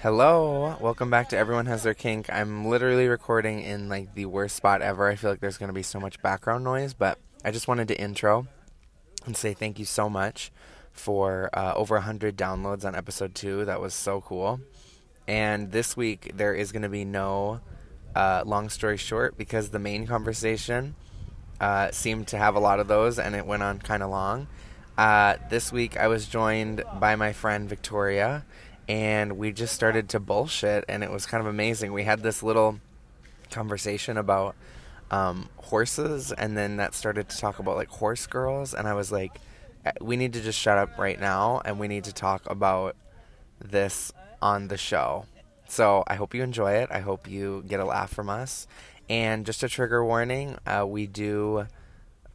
Hello, welcome back to Everyone Has Their Kink. I'm literally recording in like the worst spot ever. I feel like there's going to be so much background noise, but I just wanted to intro and say thank you so much for uh, over 100 downloads on episode 2. That was so cool. And this week there is going to be no uh, long story short because the main conversation uh, seemed to have a lot of those and it went on kind of long. Uh, this week I was joined by my friend Victoria and we just started to bullshit and it was kind of amazing. We had this little conversation about um, horses, and then that started to talk about like horse girls, and I was like, "Uh, we need to just shut up right now, and we need to talk about this on the show. So I hope you enjoy it. I hope you get a laugh from us. And just a trigger warning: uh, we do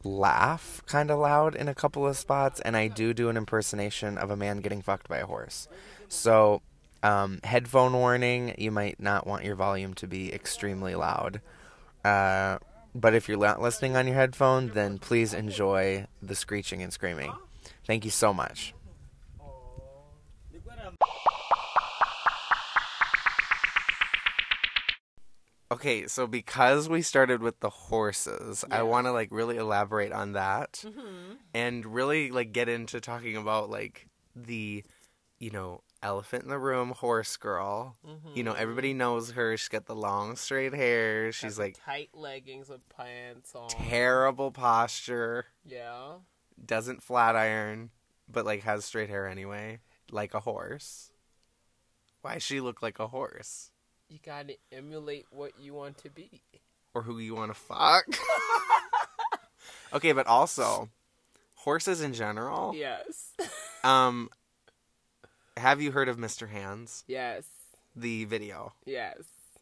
laugh kind of loud in a couple of spots, and I do do an impersonation of a man getting fucked by a horse. So, um, headphone warning: you might not want your volume to be extremely loud. Uh, but if you're not listening on your headphone, then please enjoy the screeching and screaming. Thank you so much. Okay, so because we started with the horses, I want to like really elaborate on that Mm-hmm. and really like get into talking about like the, you know, elephant in the room horse girl. You know, everybody knows her. She's got the long straight hair. She's like tight leggings with pants on. terrible posture, yeah. doesn't flat iron, but like has straight hair anyway, like a horse. Why she look like a horse? You gotta emulate what you want to be. Or who you want to fuck? okay, but also horses in general. Yes. Um have you heard of Mr. Hands? yes. The video. Yes.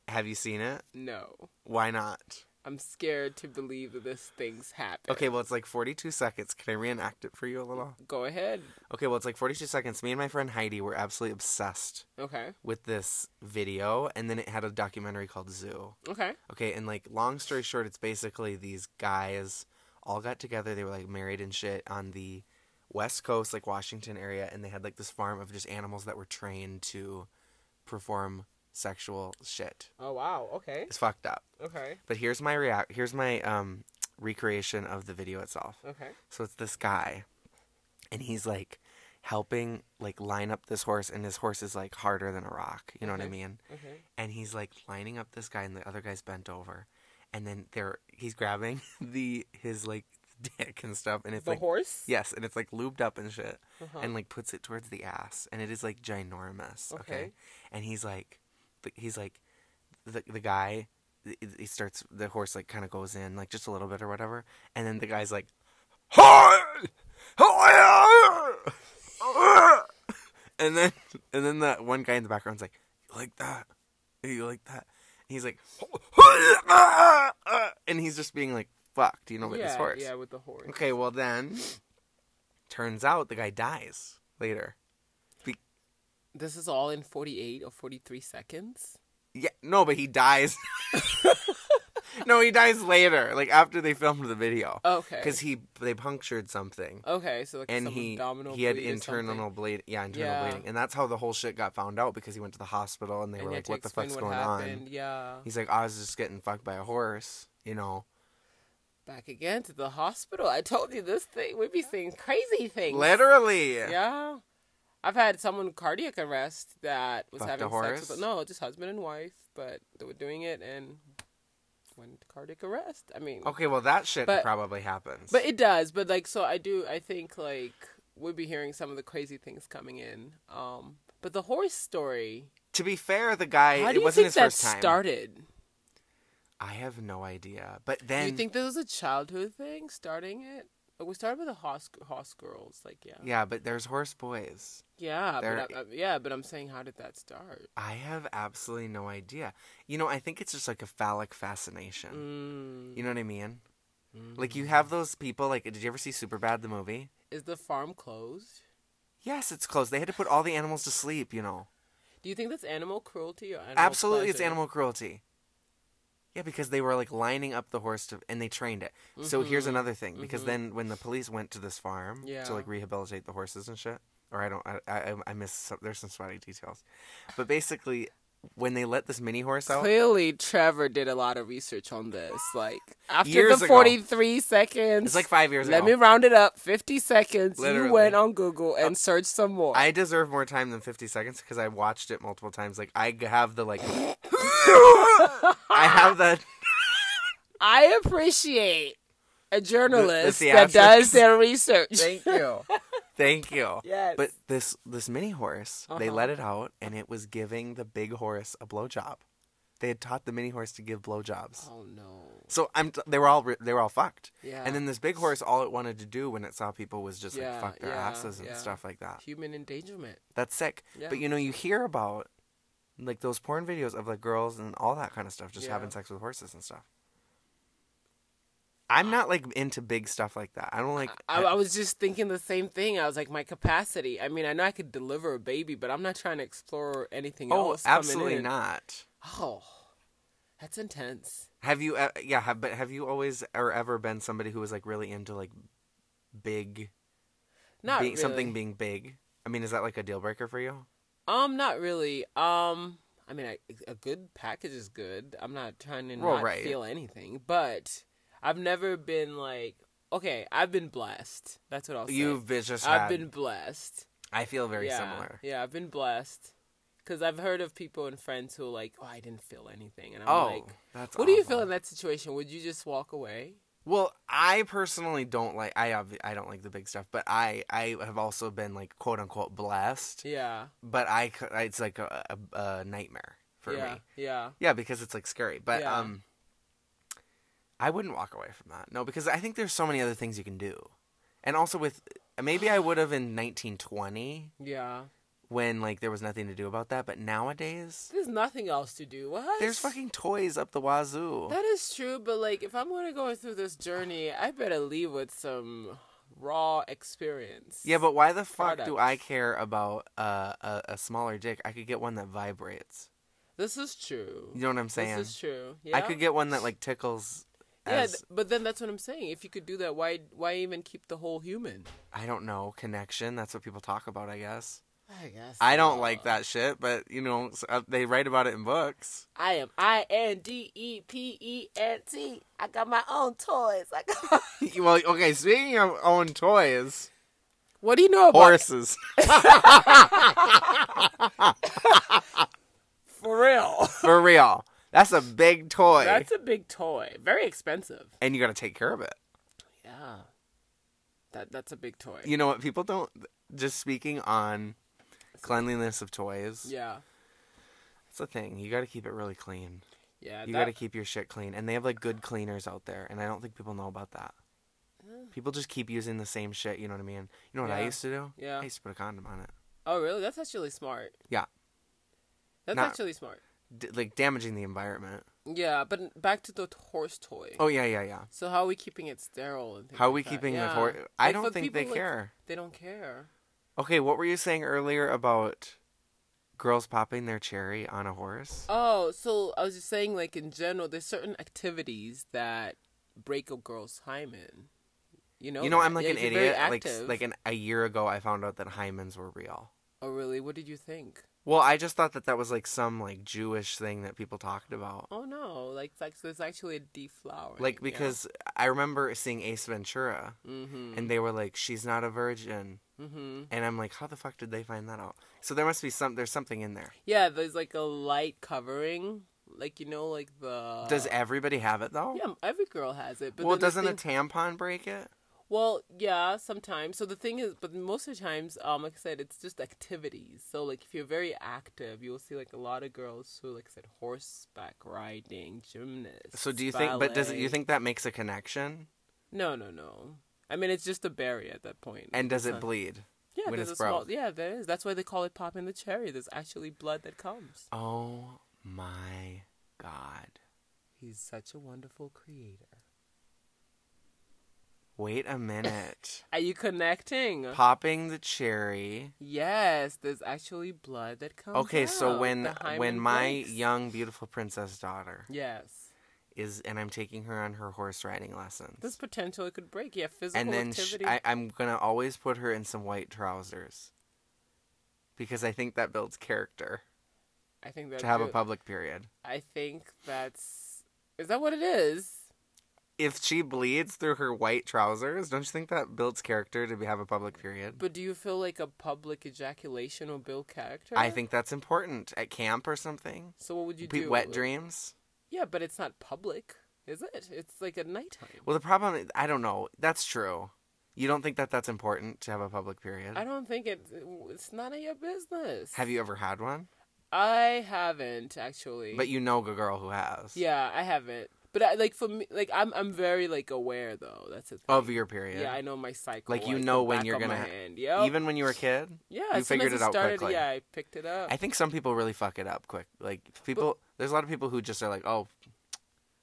Have you seen it? No. Why not? I'm scared to believe that this thing's happened. Okay, well it's like 42 seconds. Can I reenact it for you a little? Go ahead. Okay, well it's like 42 seconds. Me and my friend Heidi were absolutely obsessed Okay. with this video and then it had a documentary called zoo Okay. okay and like long story short it's basically these guys all got together they were like married and shit on the west coast like washington area and they had like this farm of just animals that were trained to perform sexual shit Oh wow. Okay. it's fucked up Okay. but here's my react here's my um recreation of the video itself Okay. so it's this guy, and he's like helping like line up this horse, and his horse is like harder than a rock. You know what I Okay. mean? Okay. And he's like lining up this guy, and the other guy's bent over, and then they're he's grabbing the his like dick and stuff, and it's The like horse. yes, and it's like lubed up and shit, Uh-huh. and like puts it towards the ass, and it is like ginormous. Okay, Okay. and he's like, th- he's like, the the guy. th- He starts the horse like kind of goes in like just a little bit or whatever, and then the guy's like, and then and then that one guy in the background's like, "You like that? You like that?" And he's like, and he's just being like fucked, you know, with yeah, his horse. Yeah, with the horse. Okay, well then, turns out the guy dies later. This is all in 48 or 43 seconds. Yeah, no, but he dies. no, he dies later, like after they filmed the video, Okay. because he they punctured something. Okay, so like and some he abdominal he had bleed or something. internal bleed yeah internal Yeah. bleeding and that's how the whole shit got found out because he went to the hospital and they And were you had like to what the explain fuck's what going happened. on Yeah. he's like i was just getting fucked by a horse you know Back again to the hospital. I told you this thing. We'd be seeing crazy things. literally Yeah. I've had someone cardiac arrest that was Fucked a having horse? sex with no, just husband and wife, but they were doing it and went to cardiac arrest. I mean, okay well that shit But- probably happens but it does. But like, so I do. I think like we'll be hearing some of the crazy things coming in. Um, but the horse story. to be fair the guy How do it you wasn't think his that first time started? i have no idea but Do then you think there was a childhood thing starting it? Like we started with the horse, horse girls. Like yeah, yeah but there's horse boys yeah, There- but I, I, yeah. But I'm saying, how did that start? i have absolutely no idea you know i think it's just like a phallic fascination Mm. Mm-hmm. you know what i mean like you have those people like did you ever see superbad the movie Is the farm closed? Yes, it's closed. They had to put all the animals to sleep, you know. Do you think that's animal cruelty or animal Absolutely, it's pleasure? animal cruelty. Yeah, because they were like lining up the horse to, and they trained it. So here's another thing because then when the police went to this farm Mm-hmm. Yeah. to like rehabilitate the horses and shit, or I don't. I I, I miss. Some, there's some spotty details, but basically, when they let this mini horse out, Clearly, Trevor did a lot of research on this. Like after Years the ago. 43 seconds, it's like five years let ago. me round it up. 50 seconds. Literally. Uh, You went on Google and searched some more. I deserve more time than 50 seconds because I watched it multiple times. Like I g- have the like. I have that. I appreciate a journalist the that does asterisk. their research. you. Thank you. Yes. But this this mini horse, they Uh-huh. let it out, and it was giving the big horse a blowjob. They had taught the mini horse to give blowjobs. oh no. So I'm t- they were all ri- they were all fucked. Yeah. And then this big horse, all it wanted to do when it saw people was just Yeah, like fuck their yeah, asses and yeah. stuff like that. human endangerment. That's sick. Yeah. But you know, you hear about like those porn videos of like girls and all that kind of stuff just Yeah. having sex with horses and stuff. I'm not like into big stuff like that. I oh, don't like. I, I was just thinking the same thing. I was like, my capacity. I mean, I know I could deliver a baby, but I'm not trying to explore anything oh, else. coming absolutely in. not. Oh, that's intense. Have you? Uh, yeah, have, but have you always or ever been somebody who was like really into like big, Not being, really. something being big? I mean, is that like a deal breaker for you? Um, not really. Um, I mean, I, a good package is good. I'm not trying to Well, not right. feel anything, but I've never been like, okay, I've been blessed. That's what I'll say. You've been just. I've had- been blessed. I feel very yeah, similar. Yeah, I've been blessed because I've heard of people and friends who are like, oh, I didn't feel anything, and I'm Oh, like, that's. what do you awful. feel in that situation? Would you just walk away? Well, I personally don't like I obvi- I don't like the big stuff, but I I have also been like quote unquote blessed, Yeah, but I c- it's like a, a, a nightmare for yeah, me. yeah. Yeah, because it's like scary, but Yeah. um I wouldn't walk away from that. No, because I think there's so many other things you can do. And also with maybe I would have in 1920 Yeah, when like there was nothing to do about that, but nowadays there's nothing else to do. What? there's fucking toys up the wazoo. That is true, but like if I'm gonna go through this journey, I better leave with some raw experience. Yeah, but why the fuck do products. I care about uh, a, a smaller dick? I could get one that vibrates. this is true. You know what I'm saying? This is true. Yeah. I could get one that like tickles. yeah, As, th- but then that's what I'm saying. If you could do that, why why even keep the whole human? I don't know connection. That's what people talk about, I guess. I guess. I don't uh, like that shit, but you know s- uh, they write about it in books. I am I N D E P E N T. I got my own toys. I got. well, okay. Speaking of own toys, what do you know about horses. for real? For real, that's a big toy, that's a big toy. Very expensive. and you got to take care of it. Yeah. That that's a big toy. You know what? People don't. Just speaking on cleanliness of toys. Yeah. It's a thing. You got to keep it really clean. Yeah. You that- got to keep your shit clean. And they have like good cleaners out there, and I don't think people know about that. People just keep using the same shit, you know what I mean? You know what I Yeah. used to do? Yeah. I used to put a condom on it. Oh, really? That's actually smart. Yeah. That's Not- actually smart. D- like damaging the environment. Yeah, but back to the t- horse toy. Oh yeah, yeah, yeah. So how are we keeping it sterile? And things How are like we that? keeping the Yeah. horse? I Like, don't for think they people, like, care. They don't care. Okay, what were you saying earlier about girls popping their cherry on a horse? Oh, so I was just saying, like in general, there's certain activities that break a girl's hymen. You know, you know, that. I'm like Yeah, an you're very idiot. Like s- active. like an, a year ago, I found out that hymens were real. oh really? What did you think? Well, I just thought that that was like some like Jewish thing that people talked about. Oh no, like like so it's actually a deflowering. Like because I remember seeing Ace Ventura, Mm-hmm. and they were like, "She's not a virgin," Mm-hmm. and I'm like, "How the fuck did they find that out?" So there must be some. There's something in there. Yeah, there's like a light covering, like you know, like the Does everybody have it though? Uh, Yeah, every girl has it. But well, then the doesn't thing- a tampon break it? Well, yeah, sometimes. So the thing is, but most of the times, um, like I said, it's just activities. So like, if you're very active, you'll see like a lot of girls who, like I said, horseback riding, gymnasts. So do you think? But does it, you ballet. think that makes a connection? No, no, no. I mean, it's just a barrier at that point. And does It's it not- bleed? Yeah, when there's a it's small. broke? Yeah, there is. That's why they call it popping the cherry. There's actually blood that comes. Oh my god! He's such a wonderful creator. Wait a minute. Are you connecting? Popping the cherry. yes, there's actually blood that comes. Okay, so out. when Oh, The hymen when my breaks. young beautiful princess daughter yes. is and I'm taking her on her horse riding lessons. This potential it could break. Yeah, physical and then sh activity. I, I'm gonna always put her in some white trousers because I think that builds character I think that's to have a it. public period. I think that's is that what it is? If she bleeds through her white trousers, don't you think that builds character to be, have a public period? But do you feel like a public ejaculation will build character? I think that's important at camp or something. So what would you Pe- do? Wet dreams. Yeah, but it's not public, is it? It's like at nighttime. Well, the problem is, I don't know. That's true. You don't think that that's important to have a public period? I don't think it. It's none of your business. Have you ever had one? I haven't actually. But you know a girl who has. yeah, I haven't. But I, like for me, like I'm I'm very like aware though. That's the thing. Of your period. yeah, I know my cycle. Like, you the know when back you're of my gonna- hand. Yep. Even when you were a kid? yeah, you as soon figured as it out started, quickly. Yeah, I picked it up. I think some people really fuck it up quick. Like, people, there's a lot of people who just are like, oh,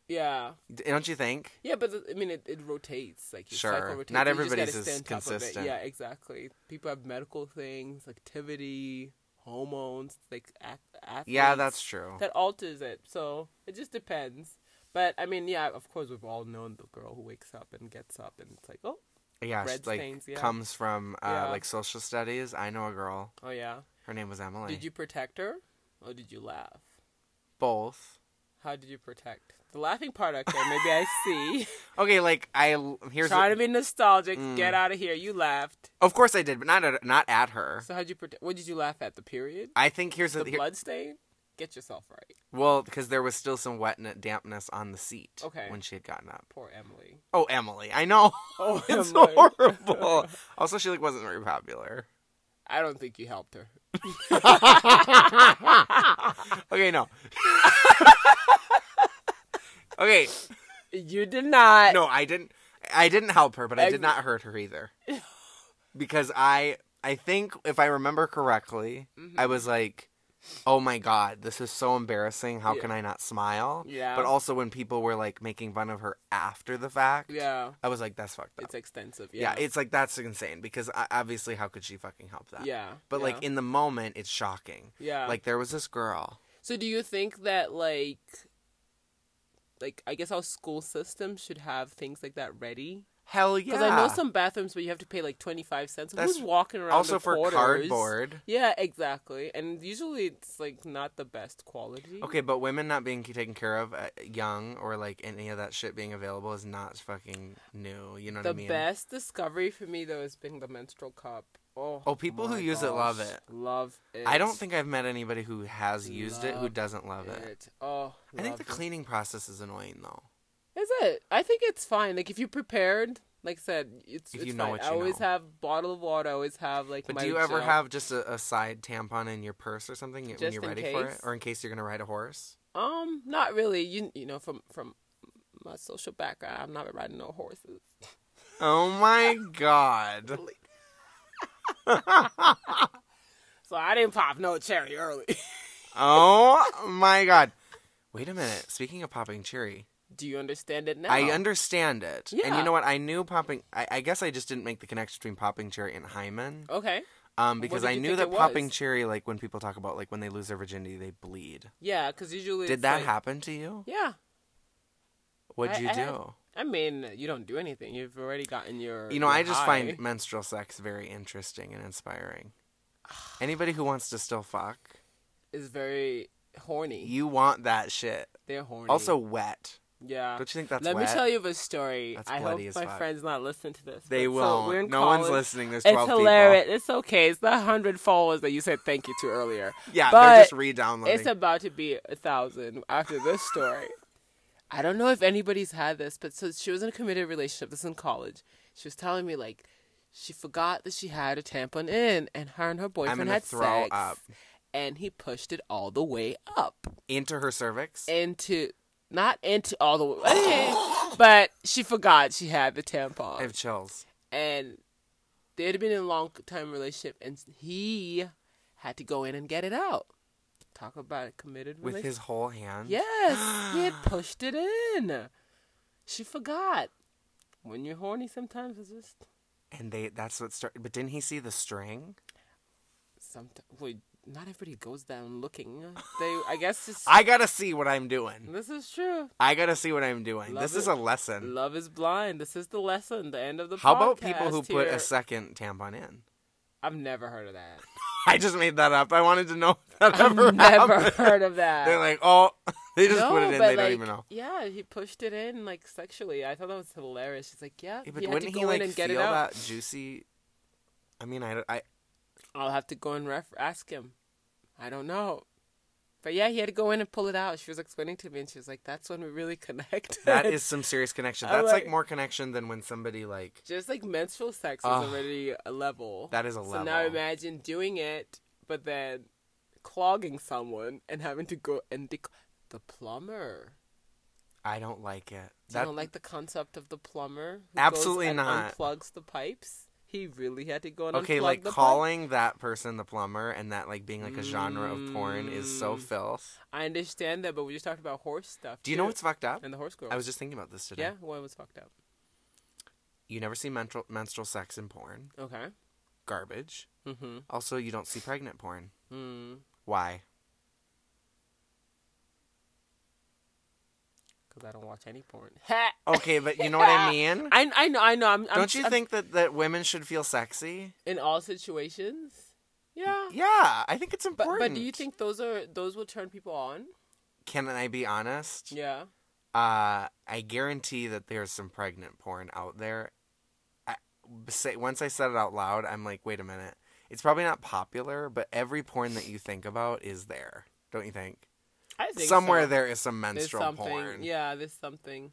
yeah, d- don't you think? yeah, but the- I mean, it, it rotates. Like your Sure. cycle rotates. Not so you just everybody's gotta is stay on top of it. consistent. Yeah, exactly. People have medical things, activity, hormones, like ath- athletes. Yeah, that's true. that alters it. So it just depends. But I mean, yeah, of course, we've all known the girl who wakes up and gets up, and it's like, oh, yeah, red she, like, stains, yeah. comes from, uh, Yeah. like, social studies. I know a girl. oh yeah. Her name was Emily. Did you protect her, or did you laugh? Both. How did you protect? The laughing part, okay, maybe I see. Okay, like, I, l- here's, Try to a, be nostalgic. Mm. Get out of here. You laughed. of course I did, but not at, not at her. So how'd you protect? What did you laugh at? The period? I think here's The a, here, blood stain? Get yourself right. well, because there was still some wet dampness on the seat. Okay. When she had gotten up. Poor Emily. Oh, Emily, I know. Oh, it's Emily. horrible. also, she like wasn't very popular. I don't think you helped her. Okay, no. okay, You did not. no, I didn't. I didn't help her, but I did not hurt her either. Because I, I think if I remember correctly, Mm-hmm. I was like, "Oh my god, this is so embarrassing. How Yeah. can I not smile?" Yeah. But also when people were like making fun of her after the fact, Yeah. I was like, "That's fucked up." It's extensive. yeah. Yeah. it's like that's insane because I, obviously, how could she fucking help that? yeah. But yeah. like in the moment, it's shocking. Yeah. Like there was this girl. so do you think that like like I guess our school system should have things like that ready? Hell yeah. Because I know some bathrooms where you have to pay like twenty five cents. That's Who's walking around? also with for quarters? cardboard. Yeah, exactly. And usually it's like not the best quality. Okay, but women not being taken care of uh, young or like any of that shit being available is not fucking new. You know The what I mean? best discovery for me though has been the menstrual cup. Oh, Oh, people who my use it love gosh. it. Love it. I don't think I've met anybody who has used it who Love doesn't love it. Oh, I think love the it. cleaning process is annoying though. Is it? I think it's fine. Like if you prepared, like I said, it's If it's you know fine. what I you always know. have bottle of water. I always have like. But my do you ever gel. have just a, a side tampon in your purse or something when Just you're in ready for it, case. or in case you're gonna ride a horse? Um, not really. You you know from from my social background, I'm not riding no horses. Oh my god! So I didn't pop no cherry early. Oh my god! Wait a minute. Speaking of popping cherry, do you understand it now? I understand it. And you Yeah. know what? I knew popping. I, I guess I just didn't make the connection between popping cherry and hymen. Okay. Um, because Oh, did I you knew think that it was? popping cherry, like when people talk about like when they lose their virginity, they bleed. Yeah, because usually it's Did that like- happen to you? Yeah. What'd I- you I had- do? I mean, you don't do anything. You've already gotten your. you know, your I just high. find menstrual sex very interesting and inspiring. Anybody who wants to still fuck, is very horny. you want that shit. They're horny. Also wet. yeah. Don't you think that's Let wet? me tell you of a story. That's I hope bloody as my fuck. friends not listen to this. They but- so won't. we're in no one's college. listening. There's It's twelve hilarious. It's okay. It's the hundred followers that you said thank you to earlier. people. Yeah, But they're just re-downloading. It's about to be a thousand after this story. I don't know if anybody's had this, but so she was in a committed relationship. This is in college. She was telling me like she forgot that she had a tampon in, and her and her boyfriend gonna had throw sex, up. and he pushed it all the way up Into her cervix. into not into all the way, but she forgot she had the tampon I have chills. and they had been in a long time relationship, and he had to go in and get it out. Talk about a committed With relationship. his whole hand. yes, he had pushed it in. She forgot. When you're horny, sometimes it's just And they that's what started but didn't he see the string? sometimes. Well, not everybody goes down looking. They, I guess, it's, I gotta see what I'm doing. this is true. I gotta see what I'm doing. Love this is it. a lesson. Love is blind. This is the lesson. The end of the How about people podcast who put here. a second tampon in? I've never heard of that. I just made that up. I wanted to know if that I've ever never happened. heard of that. They're like, oh, they just no, put it in. but They like, don't even know. Yeah, he pushed it in like sexually. I thought that was hilarious. She's like, yeah, Yeah, you but had to wouldn't go he like in and get feel it out. that juicy? I mean, I, I I'll have to go and ref- ask him. I don't know. But yeah, he had to go in and pull it out. She was explaining to me, and she was like, "That's when we really connect." that is some serious connection. I'm That's like like- more connection than when somebody like just like menstrual sex was Ugh. already a level. that is Ah. a so level. now imagine doing it, but then clogging someone and having to go and dec- the plumber. I don't like it. Do you That don't like the concept of the plumber? Who Absolutely goes and not. Unplugs the pipes. He really had to go and okay, unplug like the pipe? calling that person the plumber and that like being like a genre of porn is so Mm. filth. I understand that, but we just talked about horse stuff. Do you know too, what's fucked up? and the horse girl? I was just thinking about this today. yeah, one was fucked up. You never see menstrual menstrual sex in porn. Okay. Garbage. Mm-hmm. Also, you don't see pregnant porn. Mm. Why? Because I don't watch any porn. Ha! Okay, but you know what I mean? I, I know, I know. I'm, I'm, Don't you I'm- think that, that women should feel sexy? in all situations? Yeah. Yeah, I think it's But important. but do you think those are those will turn people on? Can I be honest? Yeah. Uh, I guarantee that there's some pregnant porn out there. I, say, once I said it out loud, I'm like, wait a minute. It's probably not popular, but every porn that you think about is there. Don't you think? I think Somewhere so. there is some There's menstrual something. porn. Yeah, there's something.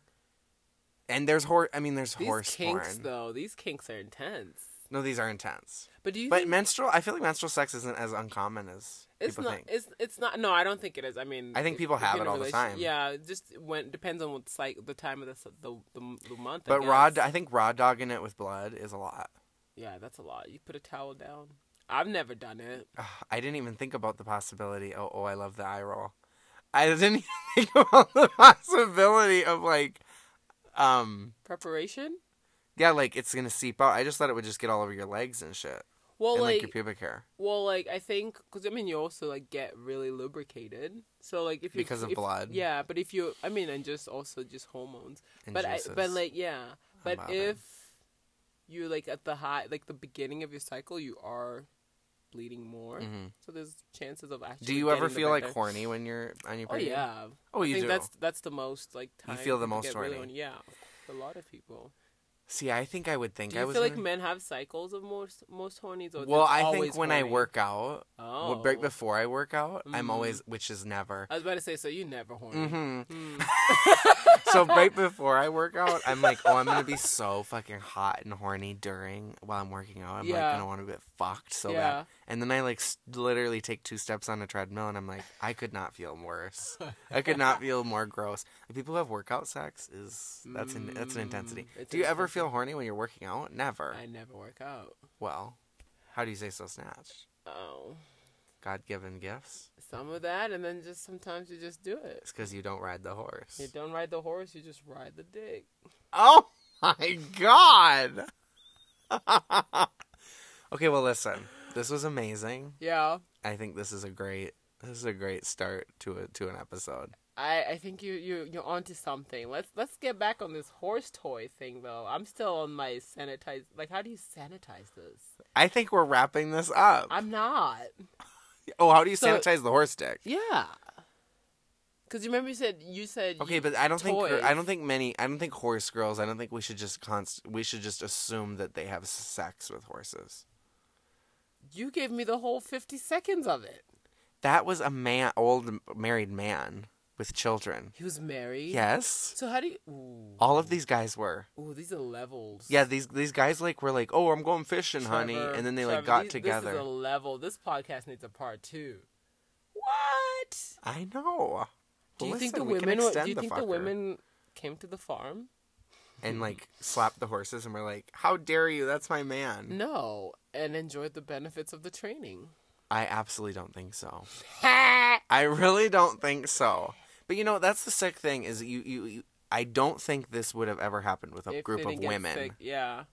And there's horse. I mean, there's These horse kinks porn. though, these kinks are intense. No, these are intense. But do you But think menstrual, I feel like menstrual sex isn't as uncommon as it's people not think. it's it's not no, I don't think it is. I mean I think if- people if have you're it in a all the relation- time. Yeah, it just when depends on what cycle the time of the s- the the, the month. I But raw, guess. I think raw dogging it with blood is a lot. Yeah, that's a lot. You put a towel down. I've never done it. Ugh, I didn't even think about the possibility. Oh, oh, I love the eye roll. I didn't even think about the possibility of like, um, Preparation? yeah, like it's gonna seep out. I just thought it would just get all over your legs and shit, Well, and like, like, your pubic hair well, like I think because I mean you also like get really lubricated. So like if you Because of if- blood. yeah. But if you, I mean, and just also just hormones. and but juices. Oh, I, but like yeah, but bothered. if you like at the high, like the beginning of your cycle, you are bleeding more. Mhm. So there's chances of actually. do you ever getting the feel like better- horny when you're on your Oh period? yeah, Oh, I you think do. that's that's the most like time You feel the people most get really horny. on- Yeah, of course, a lot of people. See, I think I would think Do I you was. feel like gonna- men have cycles of most most hornies? Or well, it's I think always when I horny? work out, oh, well, right before I work out, I'm Mm. always, which is never. I was about to say, so you never horny. hmm Mm. so right before I work out, I'm like, oh, I'm gonna be so fucking hot and horny during while I'm working out. I'm Yeah. like gonna want to get fucked so Yeah. bad. And then I like s- literally take two steps on a treadmill, and I'm like, I could not feel worse. I could not feel more gross. The people who have workout sex is that's an that's an intensity. Mm, it's Do you ever intense. feel horny when you're working out? Never. I never work out. Well, how do you say so? Snatched. Oh, God given gifts. some of that, and then just sometimes you just do it. It's because you don't ride the horse. You don't ride the horse, you just ride the dick. Oh my god. okay, well listen. This was amazing. Yeah. I think this is a great this is a great start to a to an episode. I, I think you you you're onto something. Let's let's get back on this horse toy thing though. I'm still on my sanitize. Like, how do you sanitize this? I think we're wrapping this up. I'm not. oh, how do you So- sanitize the horse dick? Yeah. Cause you remember you said you said Okay, but I don't think I Toys. don't think many I don't think horse girls. I don't think we should just const we should just assume that they have sex with horses. you gave me the whole fifty seconds of it. That was a man, old married man with children. He was married. Yes, So how do you? Ooh, all of these guys were. ooh these are levels. Yeah, these these guys like were like, "Oh, I'm going fishing, honey," Trevor, and then they like Trevor, got these- together. This is a level. This podcast needs a part two. What? I know. Do you Well, think the listen, we can women? were- Do extend you the think the fucker. women came to the farm? and like slapped the horses and were like, "How dare you? That's my man." No, and enjoyed the benefits of the training. I absolutely don't think so. I really don't think so. But you know, that's the sick thing is you you, you I don't think this would have ever happened with a If group they of didn't get women. sick, yeah,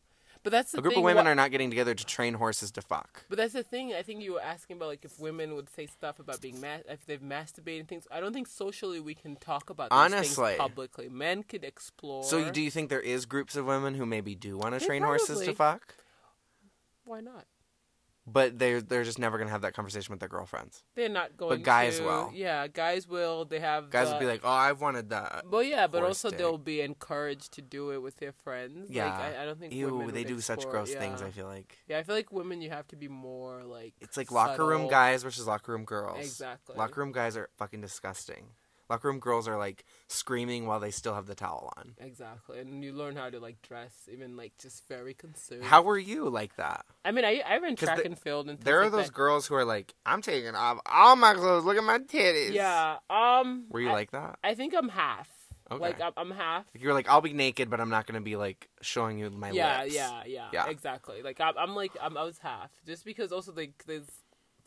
but that's the A group thing, of women wha- are not getting together to train horses to fuck. But that's the thing. I think you were asking about like if women would say stuff about being mas- if they've masturbated and things. I don't think socially we can talk about these Honestly. things publicly. Men could explore. So you- do you think there is groups of women who maybe do want to Yeah, train horses to probably. fuck? Why not? but they're they're just never gonna have that conversation with their girlfriends. They're not going. guys to, will. Yeah, guys will. They have Guys the, would be like, "Oh, I've wanted that." Well, yeah, but "Horse also dick." they'll be encouraged to do it with their friends. Yeah. like, I, I don't think women Ew, would they do such explore- gross things. yeah. I feel like yeah, I feel like women, you have to be more like it's like locker room subtle. guys versus locker room girls. Exactly. Locker room guys are fucking disgusting. Locker room girls are like screaming while they still have the towel on. Exactly, and you learn how to like dress, even like just very conservative. How were you like that? I mean, I I ran 'Cause track the- and field, and things There are like those that. girls who are like, "I'm taking off all my clothes. Look at my titties." Yeah. Um. Were you I, like that? I think I'm half. Okay. Like I'm, I'm half. Like, you were like, "I'll be naked, but I'm not gonna be like showing you my yeah, lips." yeah, yeah, Yeah. Exactly. Like I'm, I'm like I'm, I was half, just because also like there's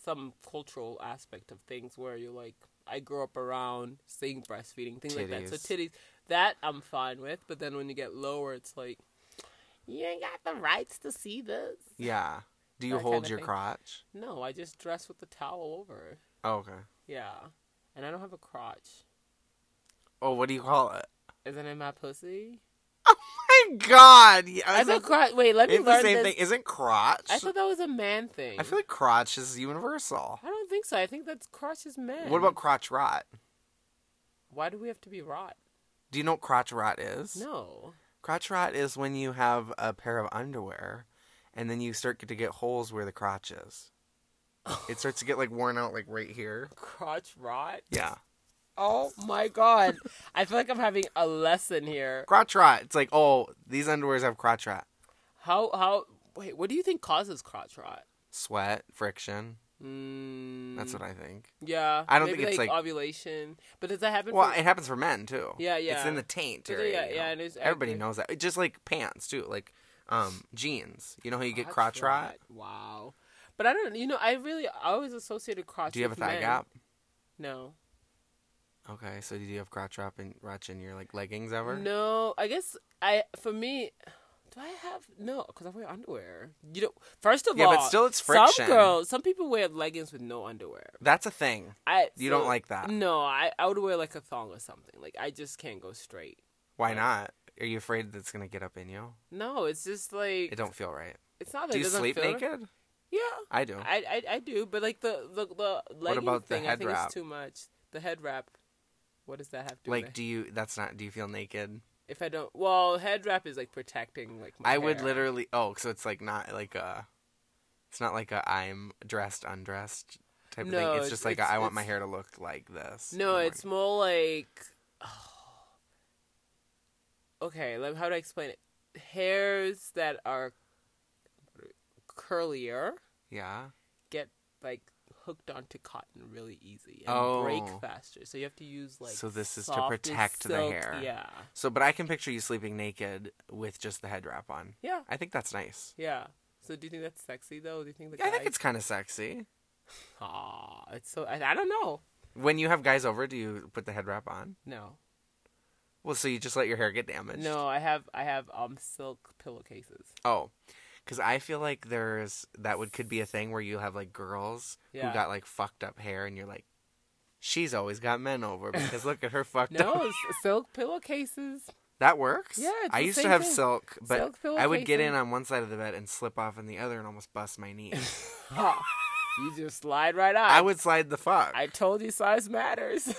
some cultural aspect of things where you're like I grew up around seeing breastfeeding things like that. So Titties. titties, that I'm fine with, but then when you get lower, it's like you ain't got the rights to see this. Yeah. Do you That hold kinda your thing. crotch? No, I just dress with the towel over. Oh, okay. Yeah, and I don't have a crotch. Oh, what do you call it? Isn't it my pussy? My God, yeah, I it's thought like- crotch. Wait, let me it's the learn same this. thing. Isn't crotch? I thought that was a man thing. I feel like crotch is universal. I don't think so. I think that's crotch is men. What about crotch rot? Why do we have to be rot? Do you know what crotch rot is? No. Crotch rot is when you have a pair of underwear, and then you start to get holes where the crotch is. it starts to get like worn out, like right here. Crotch rot? Yeah, Oh my god. I feel like I'm having a lesson here. crotch rot. It's like, oh, these underwears have crotch rot. How how wait, what do you think causes crotch rot? Sweat, friction. Mm, That's what I think. Yeah. I don't maybe think it's like- ovulation. But does that happen Well, for it happens for men too. Yeah, It's yeah. in the taint Yeah, area. yeah, you yeah, know? it is- I Everybody agree. knows that. It- Just like pants too, like um jeans. You know how you get crotch crotch rot? Wow. But I don't you know, I really I always associated crotch Do you have a with thigh men. gap? No. Okay, so do you have crotch rot in rot in your like leggings ever? No, I guess I for me. Do I have no? Because I wear underwear. You know, first of Yeah, all, but still it's friction. Some girls, some people wear leggings with no underwear. That's a thing. I You don't so- like that. No, I I would wear like a thong or something. Like I just can't go straight. Why not? Are you afraid that's gonna get up in you? No, it's just like It don't feel right. It's not that Do it you doesn't sleep feel- naked? Yeah, I do. I, I I do, but like the the the legging about the thing, I head think wrap? it's too much. The head wrap. What does that have to do? with Like, it? do you? That's not. Do you feel naked? if I don't, well, head wrap is like protecting like my I would hair. literally. Oh, so it's like not like a. It's not like a I'm dressed undressed type of No, thing. It's it's- just like a, it's- I want my it's- hair to look like this. in the No, morning. it's more like. oh, Okay, let, how do I explain it? Hairs that are curlier yeah. get like hooked onto cotton really easy and break Oh. faster. So you have to use like So this is to soft and protect the silk- hair. Yeah, So, but I can picture you sleeping naked with just the head wrap on. yeah, I think that's nice. yeah. So do you think that's sexy though? Do you think the I think guys- it's kind of sexy. Aw, it's so I, I don't know. When you have guys over, do you put the head wrap on? No, Well, so you just let your hair get damaged. no. I have I have um silk pillowcases. Oh, because I feel like there's that would could be a thing where you have like girls Yeah. who got like fucked up hair, and you're like, she's always got men over because look at her fucked up. No, s- silk pillowcases. That works. Yeah, it's I the used to same have thing. silk, but Silk I would get pillowcase in on one side of the bed and slip off on the other and almost bust my knee. Ha. you just slide right out. I would slide the fuck. I told you size matters.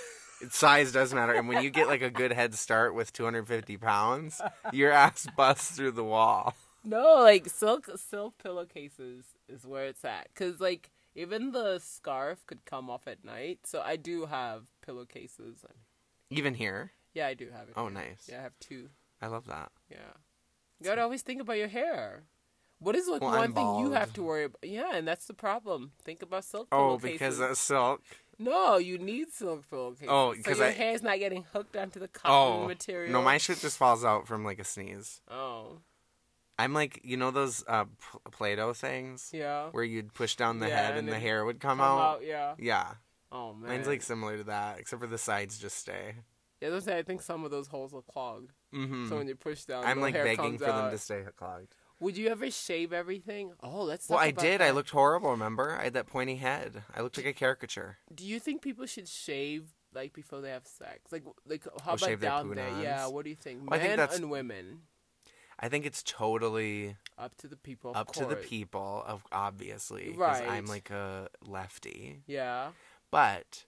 Size does matter, and when you get like a good head start with 250 pounds, your ass busts through the wall. no, like silk silk pillowcases is where it's at. Cause like even the scarf could come off at night. So I do have pillowcases. Even here. Yeah, I do have it. Oh, nice. Yeah, I have two. I love that. Yeah. You gotta always think about your hair. What is like Well, one I'm thing you bald. have to worry about? Yeah, and that's the problem. Think about silk Oh, pillowcases. because that's silk. No, you need silk pillowcases. Oh, so 'cause your I- hair's not getting hooked onto the cotton Oh, material. no, my shit just falls out from like a sneeze. Oh, I'm like, you know those uh, P- Play-Doh things yeah. where you'd push down the Yeah, head and and the then hair would come, out? Come out, yeah. Yeah, Oh man. mine's like similar to that, except for the sides just stay. yeah, that's why I think some of those holes are clogged. Mm-hmm. So when you push down, I'm the like hair begging comes for them out. to stay clogged. Would you ever shave everything? Oh, that's Well, I did. I looked horrible. Remember, I had that pointy head. I looked like a caricature. Do you think people should shave like before they have sex? Like, like how Oh, about shave their down there? Yeah. punans? What do you think? Well, I Men think that's- and women. I think it's totally Up to the people. of up to the course. people of obviously 'cause Right. I'm like a lefty, Yeah. but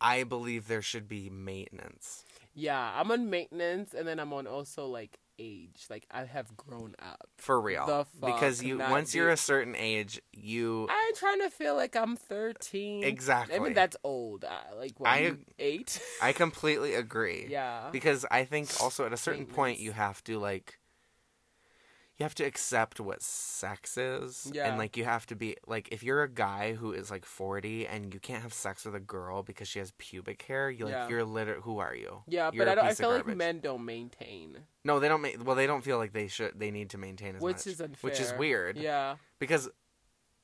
I believe there should be maintenance. Yeah. I'm on maintenance and then I'm on also like age. Like I have grown up. For real. The fuck, because you not once you're the- a certain age, you I ain't trying to feel like I'm 13. Exactly. I mean, that's old. I, like, what, I- I, eight? I completely agree. yeah. Because I think also at a certain point Maintenance. you have to like you have to accept what sex is. Yeah. And like you have to be like if you're a guy who is like forty and you can't have sex with a girl because she has pubic hair, you like Yeah. you're literally who are you? Yeah, You're but a I, don't, I piece of feel like garbage. men don't maintain, No, they don't make well, they don't feel like they should they need to maintain as which much. is unfair. Which is weird. Yeah. Because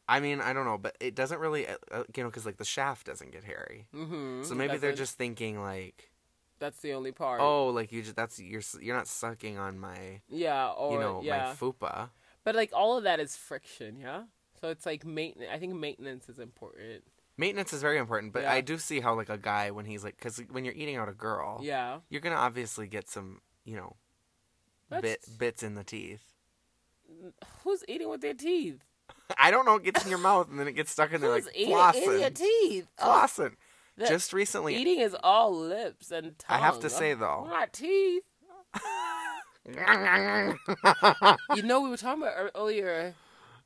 I mean, I don't know, but it doesn't really, uh, uh, you know, because like the shaft doesn't get hairy, Mm-hmm. so maybe they're just thinking like, That's the only part. oh, like you just that's you're s- you're not sucking on my Yeah, or, you know yeah. my fupa. But, like, all of that is friction, yeah? So it's like maintenance. I think maintenance is important. Maintenance is very important, but Yeah. I do see how like a guy when he's like, because when you're eating out a girl, Yeah. you're gonna obviously get some you know bit That's- bits in the teeth. Who's eating with their teeth? I don't know, it gets in your mouth and then it gets stuck in there like Who's eating in your flossing, teeth? Oh, flossing. that- Just recently, eating is all lips and tongue. I have to say though, Not teeth. You know, we were talking about ear- earlier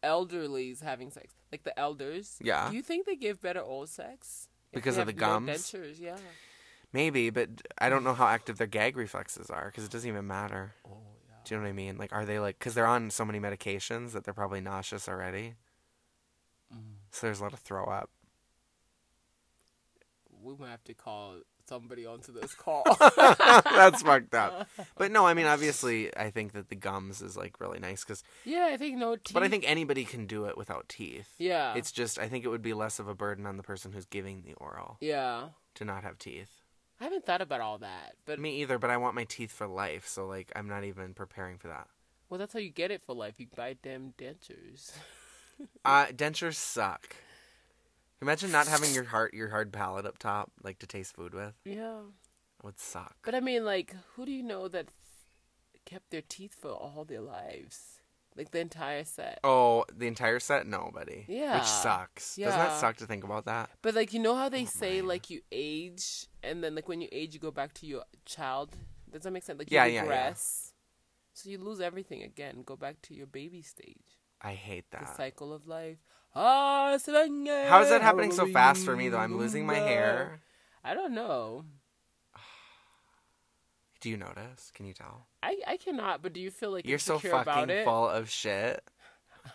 elderlies having sex, like the elders. Yeah. Do you think they give better oral sex if Because they of the have gums? No dentures, yeah. Maybe, but I don't know how active their gag reflexes are because it doesn't even matter. Oh yeah. Do you know what I mean? Like, are they like, because they're on so many medications that they're probably nauseous already. Mm. So there's a lot of throw up. We might have to call somebody onto this call. That's fucked up. But no, I mean, obviously, I think that the gums is like really nice because, yeah, I think no teeth. but I think anybody can do it without teeth. yeah, It's just, I think it would be less of a burden on the person who's giving the oral yeah. to not have teeth. I haven't thought about all that, but Me either, but I want my teeth for life. So, like, I'm not even preparing for that. well, that's how you get it for life. You buy damn dentures. Uh, dentures suck. Imagine not having your heart, your hard palate up top, like to taste food with. yeah, Would suck. but I mean, like, who do you know that kept their teeth for all their lives, like the entire set? Oh, the entire set? Nobody. Yeah. Which sucks. Doesn't that Yeah. suck to think about that? But like you know how Oh they say man. like you age and then like when you age you go back to your child. Does that make sense? Like you Yeah, yeah, yeah. regress. So you lose everything again. Go back to your baby stage. I hate The that. cycle of life. Ah, How How is that happening so fast for me though? I'm losing my hair. I don't know. Do you notice? Can you tell? I I cannot. But do you feel like You're so insecure about fucking it? full of shit.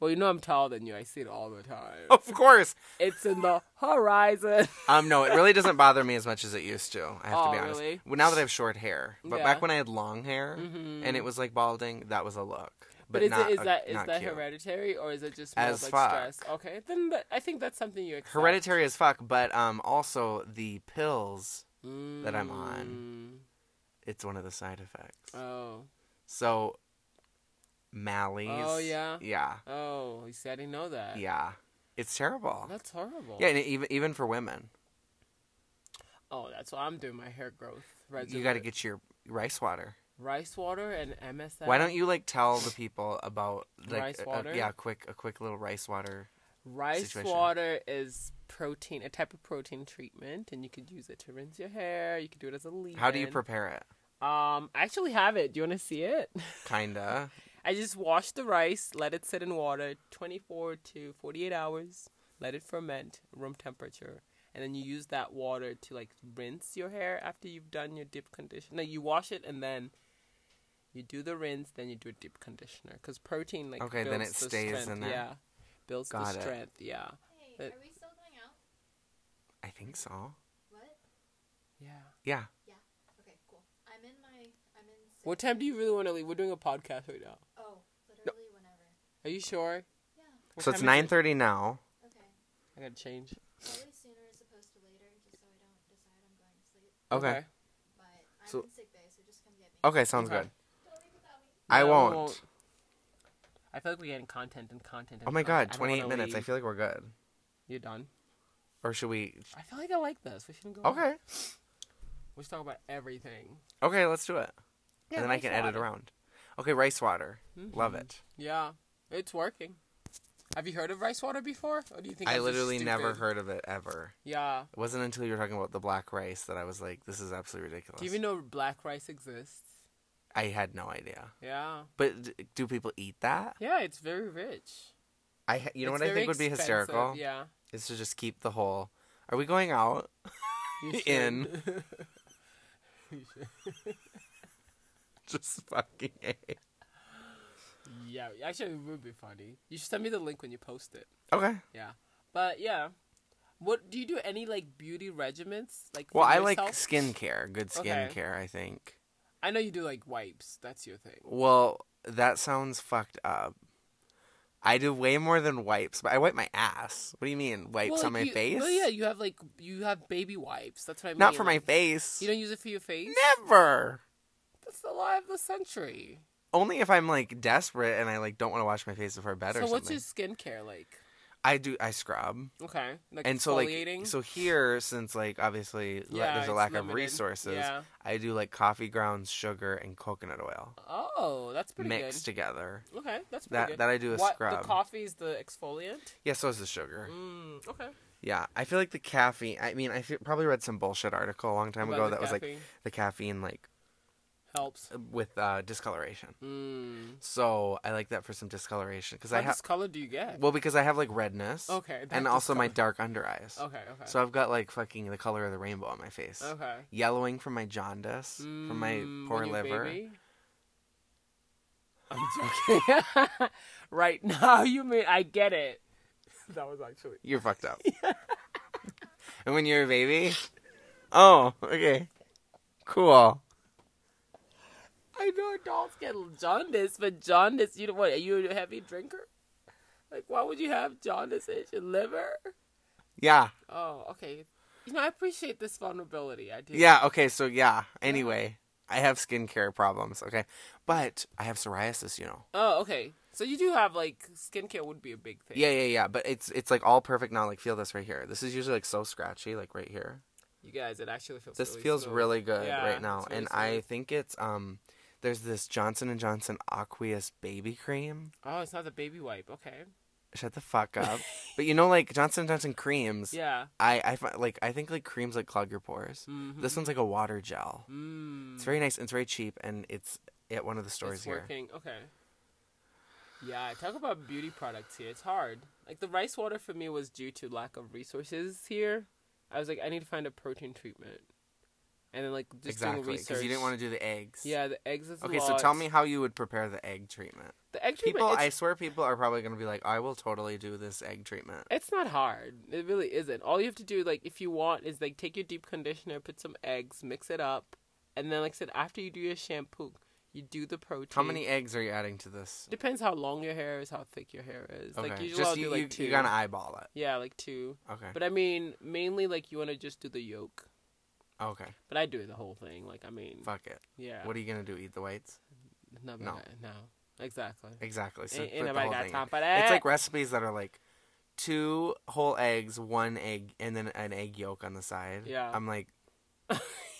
Well, you know I'm taller than you. I see it all the time. Of course. It's in the horizon. Um, no, it really doesn't bother me as much as it used to. I have to Oh, be honest. really? Well, Now that I have short hair, but Yeah. back when I had long hair Mm-hmm. and it was like balding, that was a look. But, But, is not, it is a- that is not that cute. hereditary or is it just more As of, like fuck. stress? Okay, then that, I think that's something you accept. Hereditary as fuck, but um, also the pills. Mm. that I'm on. It's one of the side effects. Mm. Oh, So, Mally's. Oh, yeah? Yeah. oh, you see, I didn't know that. Yeah. It's terrible. that's horrible. yeah, and even even for women, Oh, that's why I'm doing my hair growth. you regimen. got to get your rice water. rice water and MSM. Why don't you like tell the people about like Rice a- a- water? yeah, quick a quick little rice water. rice situation? water is protein, a type of protein treatment, and you could use it to rinse your hair. You could do it as a leave. How do you prepare it? Um, I actually have it. Do you want to see it? Kinda. I just wash the rice, let it sit in water 24 to 48 hours, let it ferment room temperature, and then you use that water to like rinse your hair after you've done your deep conditioner. No, you wash it and then you do the rinse, then you do a deep conditioner because protein like Okay, then builds it the stays strength, in there. Yeah, builds Got the it. strength. Yeah, Hey, But- are we still going out? I think so. What? yeah. Yeah. Okay, cool. I'm in my. I'm in. Six. What time do you really want to leave? We're doing a podcast right now. Oh, literally whenever. Are you sure? Yeah. What so it's time is it? 9:30 now. Okay. I gotta change. Probably sooner as opposed to later, just so I don't decide I'm going to sleep. Okay. Okay, Okay. But I'm So- in sick bay, so just come get me. sounds Okay. good. Don't leave without me. I No, we won't. won't. I feel like we're getting content and content. And Oh my content. god, I don't 28 wanna minutes. I leave. feel like we're good. You're done. Or should we I feel like I like this. We shouldn't go. on. Okay. We should talk about everything. Okay, let's do it. Yeah, and then I rice can edit water. around. Okay, rice water. Love it. Mm-hmm. Yeah, it's working. Have you heard of rice water before? Or do you think I I'm just literally never stupid? heard of it ever. Yeah. It wasn't until you were talking about the black rice that I was like, this is absolutely ridiculous. Do you even know black rice exists? I had no idea. Yeah. But d- do people eat that? Yeah, it's very rich. I ha- you know It's what I very think would be expensive, hysterical Yeah. is to just keep the whole. Are we going out? You should. In. just fucking. A. yeah, actually, it would be funny. You should send me the link when you post it. Okay. Yeah. But yeah. What do you do any like beauty regimens? Like for Well, I like yourself? skincare. Good Okay. skincare, I think. I know you do like wipes. That's your thing. Well, that sounds fucked up. I do way more than wipes, but I wipe my ass. What do you mean wipes Well, on my like, you- face? Well, yeah, you have like you have baby wipes. That's what I mean. Not for my like, face. You don't use it for your face. Never. That's the lie of the century. Only if I'm like desperate and I like don't want to wash my face before bed So or something. what's your skincare like? I do. I scrub. Okay, like and so exfoliating? like so here since like obviously la- Yeah, there's a it's lack of limited. resources Yeah. i do like coffee grounds sugar and coconut oil oh, that's pretty mixed good. together Okay, that's pretty that good. that i do a what, scrub The coffee is the exfoliant. yeah so is the sugar Mm, okay. yeah i feel like the caffeine i mean i feel, probably read some bullshit article a long time About ago the that was like caffeine. the caffeine like helps. with uh discoloration Mm. so i like that for some discoloration because How i much have color do you get? well because i have like redness Okay, that and also my discolor- dark under eyes okay, okay. so i've got like fucking the color of the rainbow on my face okay. yellowing from my jaundice, from my Mm, poor when you're liver. baby? I'm joking. right now, you mean I get it. That was actually You're fucked up. and when you're a baby, oh, okay, cool. I know adults get jaundice, but jaundice, you don't what? Are you a heavy drinker? Like, why would you have jaundice in your liver? Yeah, Oh, okay. You know, I appreciate this vulnerability. I do. yeah. Okay, so yeah. Anyway, I have skincare problems. Okay, but I have psoriasis. You know. Oh, okay. So you do have like skincare would be a big thing. Yeah, yeah, yeah. But it's it's like all perfect now. Like feel this right here. This is usually like so scratchy, like right here. You guys, it actually feels. This really feels smooth. really good Yeah, right now, it's really and I smooth. think it's um. There's this Johnson and Johnson Aqueous Baby Cream. Oh, it's not the baby wipe. Okay. shut the fuck up. but you know, like Johnson and Johnson creams. Yeah. I I find, like I think like creams like clog your pores. Mhm. This one's like a water gel. Mm. It's very nice. and It's very cheap, and it's at one of the stores it's here. working. Okay. Yeah, talk about beauty products here. It's hard. Like the rice water for me was due to lack of resources here. I was like, I need to find a protein treatment, and then like just doing exactly, research. because you didn't want to do the eggs. Yeah, the eggs is a Okay, so lot. tell me how you would prepare the egg treatment. the egg treatment. People, I it's, swear, people are probably going to be like, "I will totally do this egg treatment." it's not hard. It really isn't. All you have to do, like, if you want, is like take your deep conditioner, put some eggs, mix it up, and then like I said, after you do your shampoo, you do the protein. How many eggs are you adding to this? Depends how long your hair is, how thick your hair is. Okay, Like usually just I'll you, do you, like two. you gotta eyeball it. Yeah, like two. Okay, But I mean, mainly like you want to just do the yolk. okay, But I do the whole thing. Like I mean, fuck it. yeah. What are you gonna do? Eat the whites? no, no. no, no, exactly. Exactly. So Ain't, put ain't the nobody whole got thing in. time for that. It's like recipes that are like two whole eggs, one egg, and then an egg yolk on the side. Yeah. I'm like,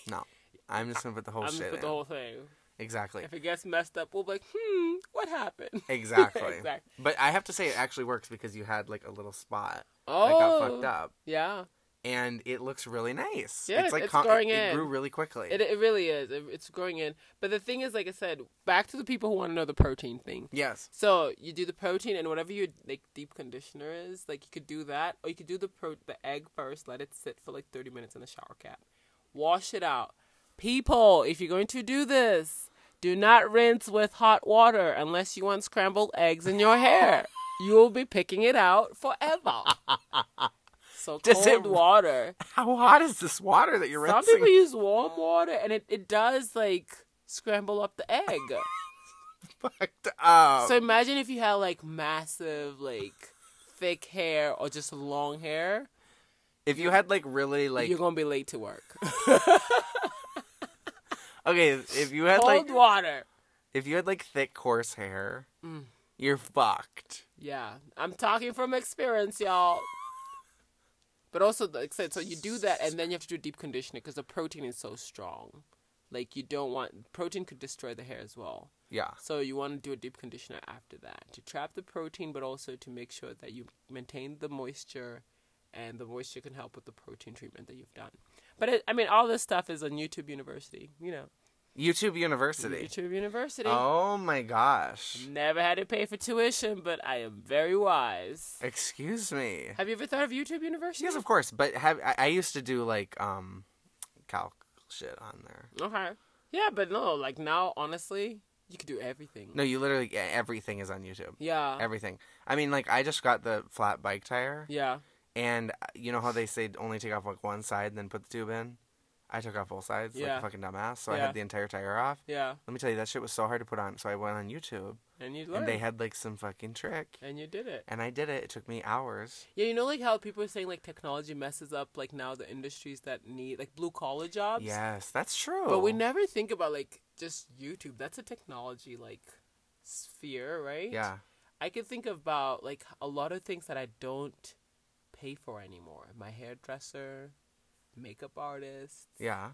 no. I'm just gonna put the whole I'm shit for in. the whole thing. Exactly. If it gets messed up, we'll be like, hmm, what happened? Exactly. Exactly. But I have to say, it actually works because you had like a little spot Oh, that got fucked up, yeah. and it looks really nice. Yeah, it's like it's growing it, in. it grew really quickly. It it really is. It, it's growing in. But the thing is, like I said, back to the people who want to know the protein thing. yes. So you do the protein and whatever your like deep conditioner is, like you could do that, or you could do the pro- the egg first, let it sit for like thirty minutes in the shower cap, wash it out. People, if you're going to do this, do not rinse with hot water unless you want scrambled eggs in your hair. You'll be picking it out forever. So Does cold it- water. How hot is this water that you're Some rinsing? people use warm water, and it, it does like scramble up the egg. fucked up? So imagine if you had like massive, like thick hair or just long hair, if you had like really like you're gonna be late to work. okay, if you had Cold like water. if you had like thick coarse hair, Mm. you're fucked. Yeah, I'm talking from experience, y'all. But also, like I said, so you do that, and then you have to do deep conditioning because the protein is so strong. Like you don't want protein could destroy the hair as well. Yeah. So you want to do a deep conditioner after that to trap the protein, but also to make sure that you maintain the moisture, and the moisture can help with the protein treatment that you've done. But it, I mean, all this stuff is on YouTube University. You know, YouTube University. YouTube University. Oh my gosh. Never had to pay for tuition, but I am very wise. Excuse me. Have you ever thought of YouTube University? Yes, of course. But have I, I used to do like um, calc shit on there. Okay. Yeah, but no, like now, honestly, you could do everything. No, you literally yeah, everything is on YouTube. Yeah. Everything. I mean, like I just got the flat bike tire, Oh. yeah. and uh, you know how they say only take off like one side, and then put the tube in. I took off both sides like Yeah. a fucking dumbass, so I Yeah. had the entire tire off. Yeah. Let me tell you, that shit was so hard to put on. So I went on YouTube, And you and learned. they had like some fucking trick, and you did it. and I did it. It took me hours. Yeah, you know, like how people are saying like technology messes up like now the industries that need like blue collar jobs. Yes, that's true. But we never think about like just YouTube. That's a technology like sphere, right? Yeah. I could think about like a lot of things that I don't pay for anymore. My hairdresser, makeup artist. Yeah.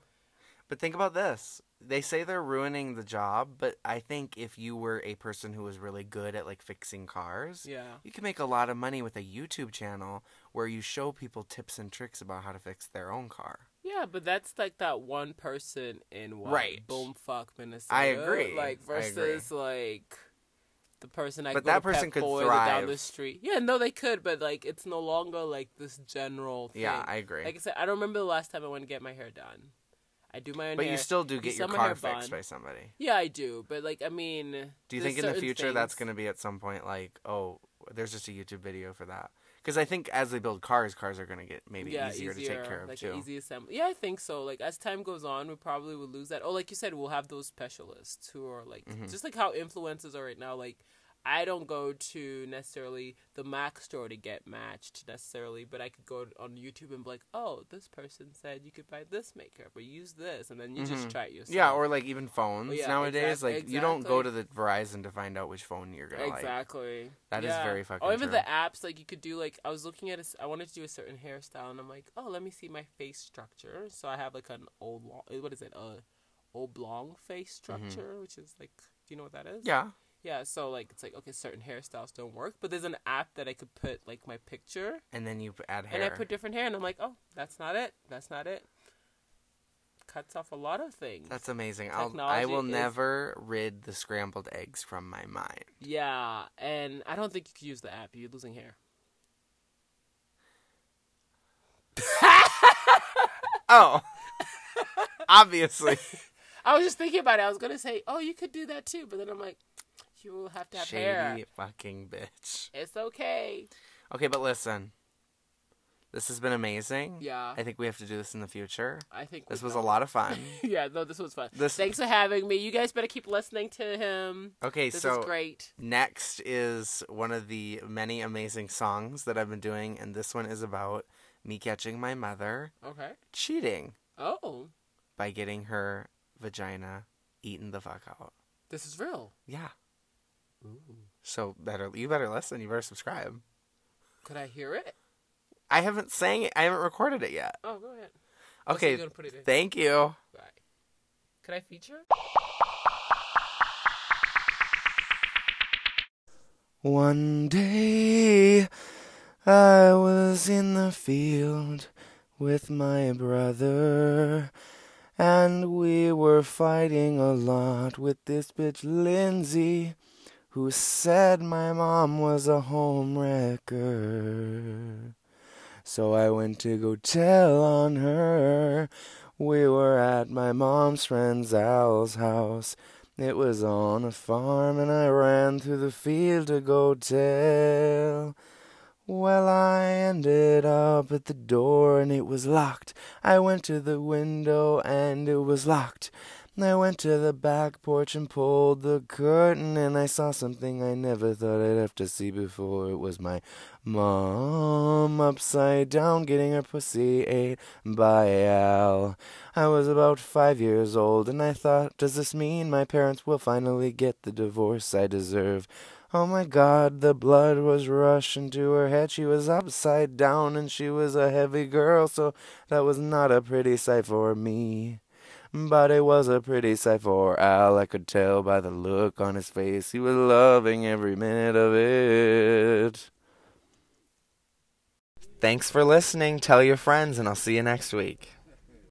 But think about this. They say they're ruining the job, but I think if you were a person who was really good at like fixing cars, Yeah. you can make a lot of money with a YouTube channel where you show people tips and tricks about how to fix their own car. Yeah, but that's like that one person in what Right. boomfuck Minnesota. I agree. Like I agree. versus like the person I But go that to Pep person could Boys or down thrive. the street. Yeah, no, they could, but like it's no longer like this general thing. Yeah, I agree. Like I said, I don't remember the last time I went to get my hair done. I do my own but hair. you still do get your summer car hair fixed bun. by somebody. Yeah, I do. But like, I mean, Do you there's think in the certain future that's things- going to be at some point like, oh, there's just a YouTube video for that? Because I think as they build cars, cars are going to get maybe easier, to take care of like too. easy assembly. Yeah, I think so. Like as time goes on, we probably will lose that. Oh, like you said, we'll have those specialists who are like Mm-hmm. just like how influencers are right now. Like I don't go to necessarily the Mac store to get matched necessarily, but I could go on YouTube and be like, oh, this person said you could buy this makeup or use this, and then you just try it yourself. Mm-hmm. Yeah, or like even phones yeah, nowadays. exact- like you don't go exactly. to the Verizon to find out which phone you're gonna like. Exactly. That That is is very fucking Or Oh, even true. the apps, like you could do like I was looking at a s- I wanted to do a certain hairstyle, and I'm like, oh, let me see my face structure. So I have like an old long, eh, what is it, a oblong face structure, which is like, do you know what that is? Mm-hmm. Yeah, Yeah. So like it's like okay, certain hairstyles don't work, but there's an app that I could put like my picture, and then you p- add hair. and I put different hair, and I'm like, oh, that's not it. That's not it. Cuts off a lot of things. That's amazing. I'll, I Technology will is- never rid the scrambled eggs from my mind. yeah, and I don't think you could use the app. You're losing hair. Oh, obviously. I was just thinking about it. I was gonna say, oh, you could do that too, but then I'm like, you will have to have Shady hair. fucking bitch. It's okay. Okay, but listen. This has been amazing. Yeah. I think we have to do this in the future. I think This we- was a lot of fun. yeah, no, this was fun. This- Thanks for having me. You guys better keep listening to him. Okay, This so is great. Next is one of the many amazing songs that I've been doing, and this one is about me catching my mother Okay. cheating Oh, by getting her vagina eaten the fuck out. this is real. Yeah. So better you better listen, you better subscribe. Could I hear it? I haven't sang it, I haven't recorded it yet. Oh, go ahead. so Okay. you're gonna put it in. Thank you. Bye. Could I feature? One day I was in the field with my brother, and we were fighting a lot with this bitch Lindsay, who said my mom was a homewrecker. So I went to go tell on her. We were at my mom's friend's Al's house. It was on a farm, and I ran through the field to go tell. Well, I ended up at the door and it was locked. I went to the window and it was locked. I went to the back porch and pulled the curtain and I saw something I never thought I'd have to see before. It was my mom upside down getting her pussy ate by Al. I was about five years old and I thought, does this mean my parents will finally get the divorce I deserve? Oh my god, the blood was rushing to her head. She was upside down and she was a heavy girl, so that was not a pretty sight for me. But it was a pretty sight for Al. I could tell by the look on his face. He was loving every minute of it. Thanks for listening. Tell your friends, and I'll see you next week.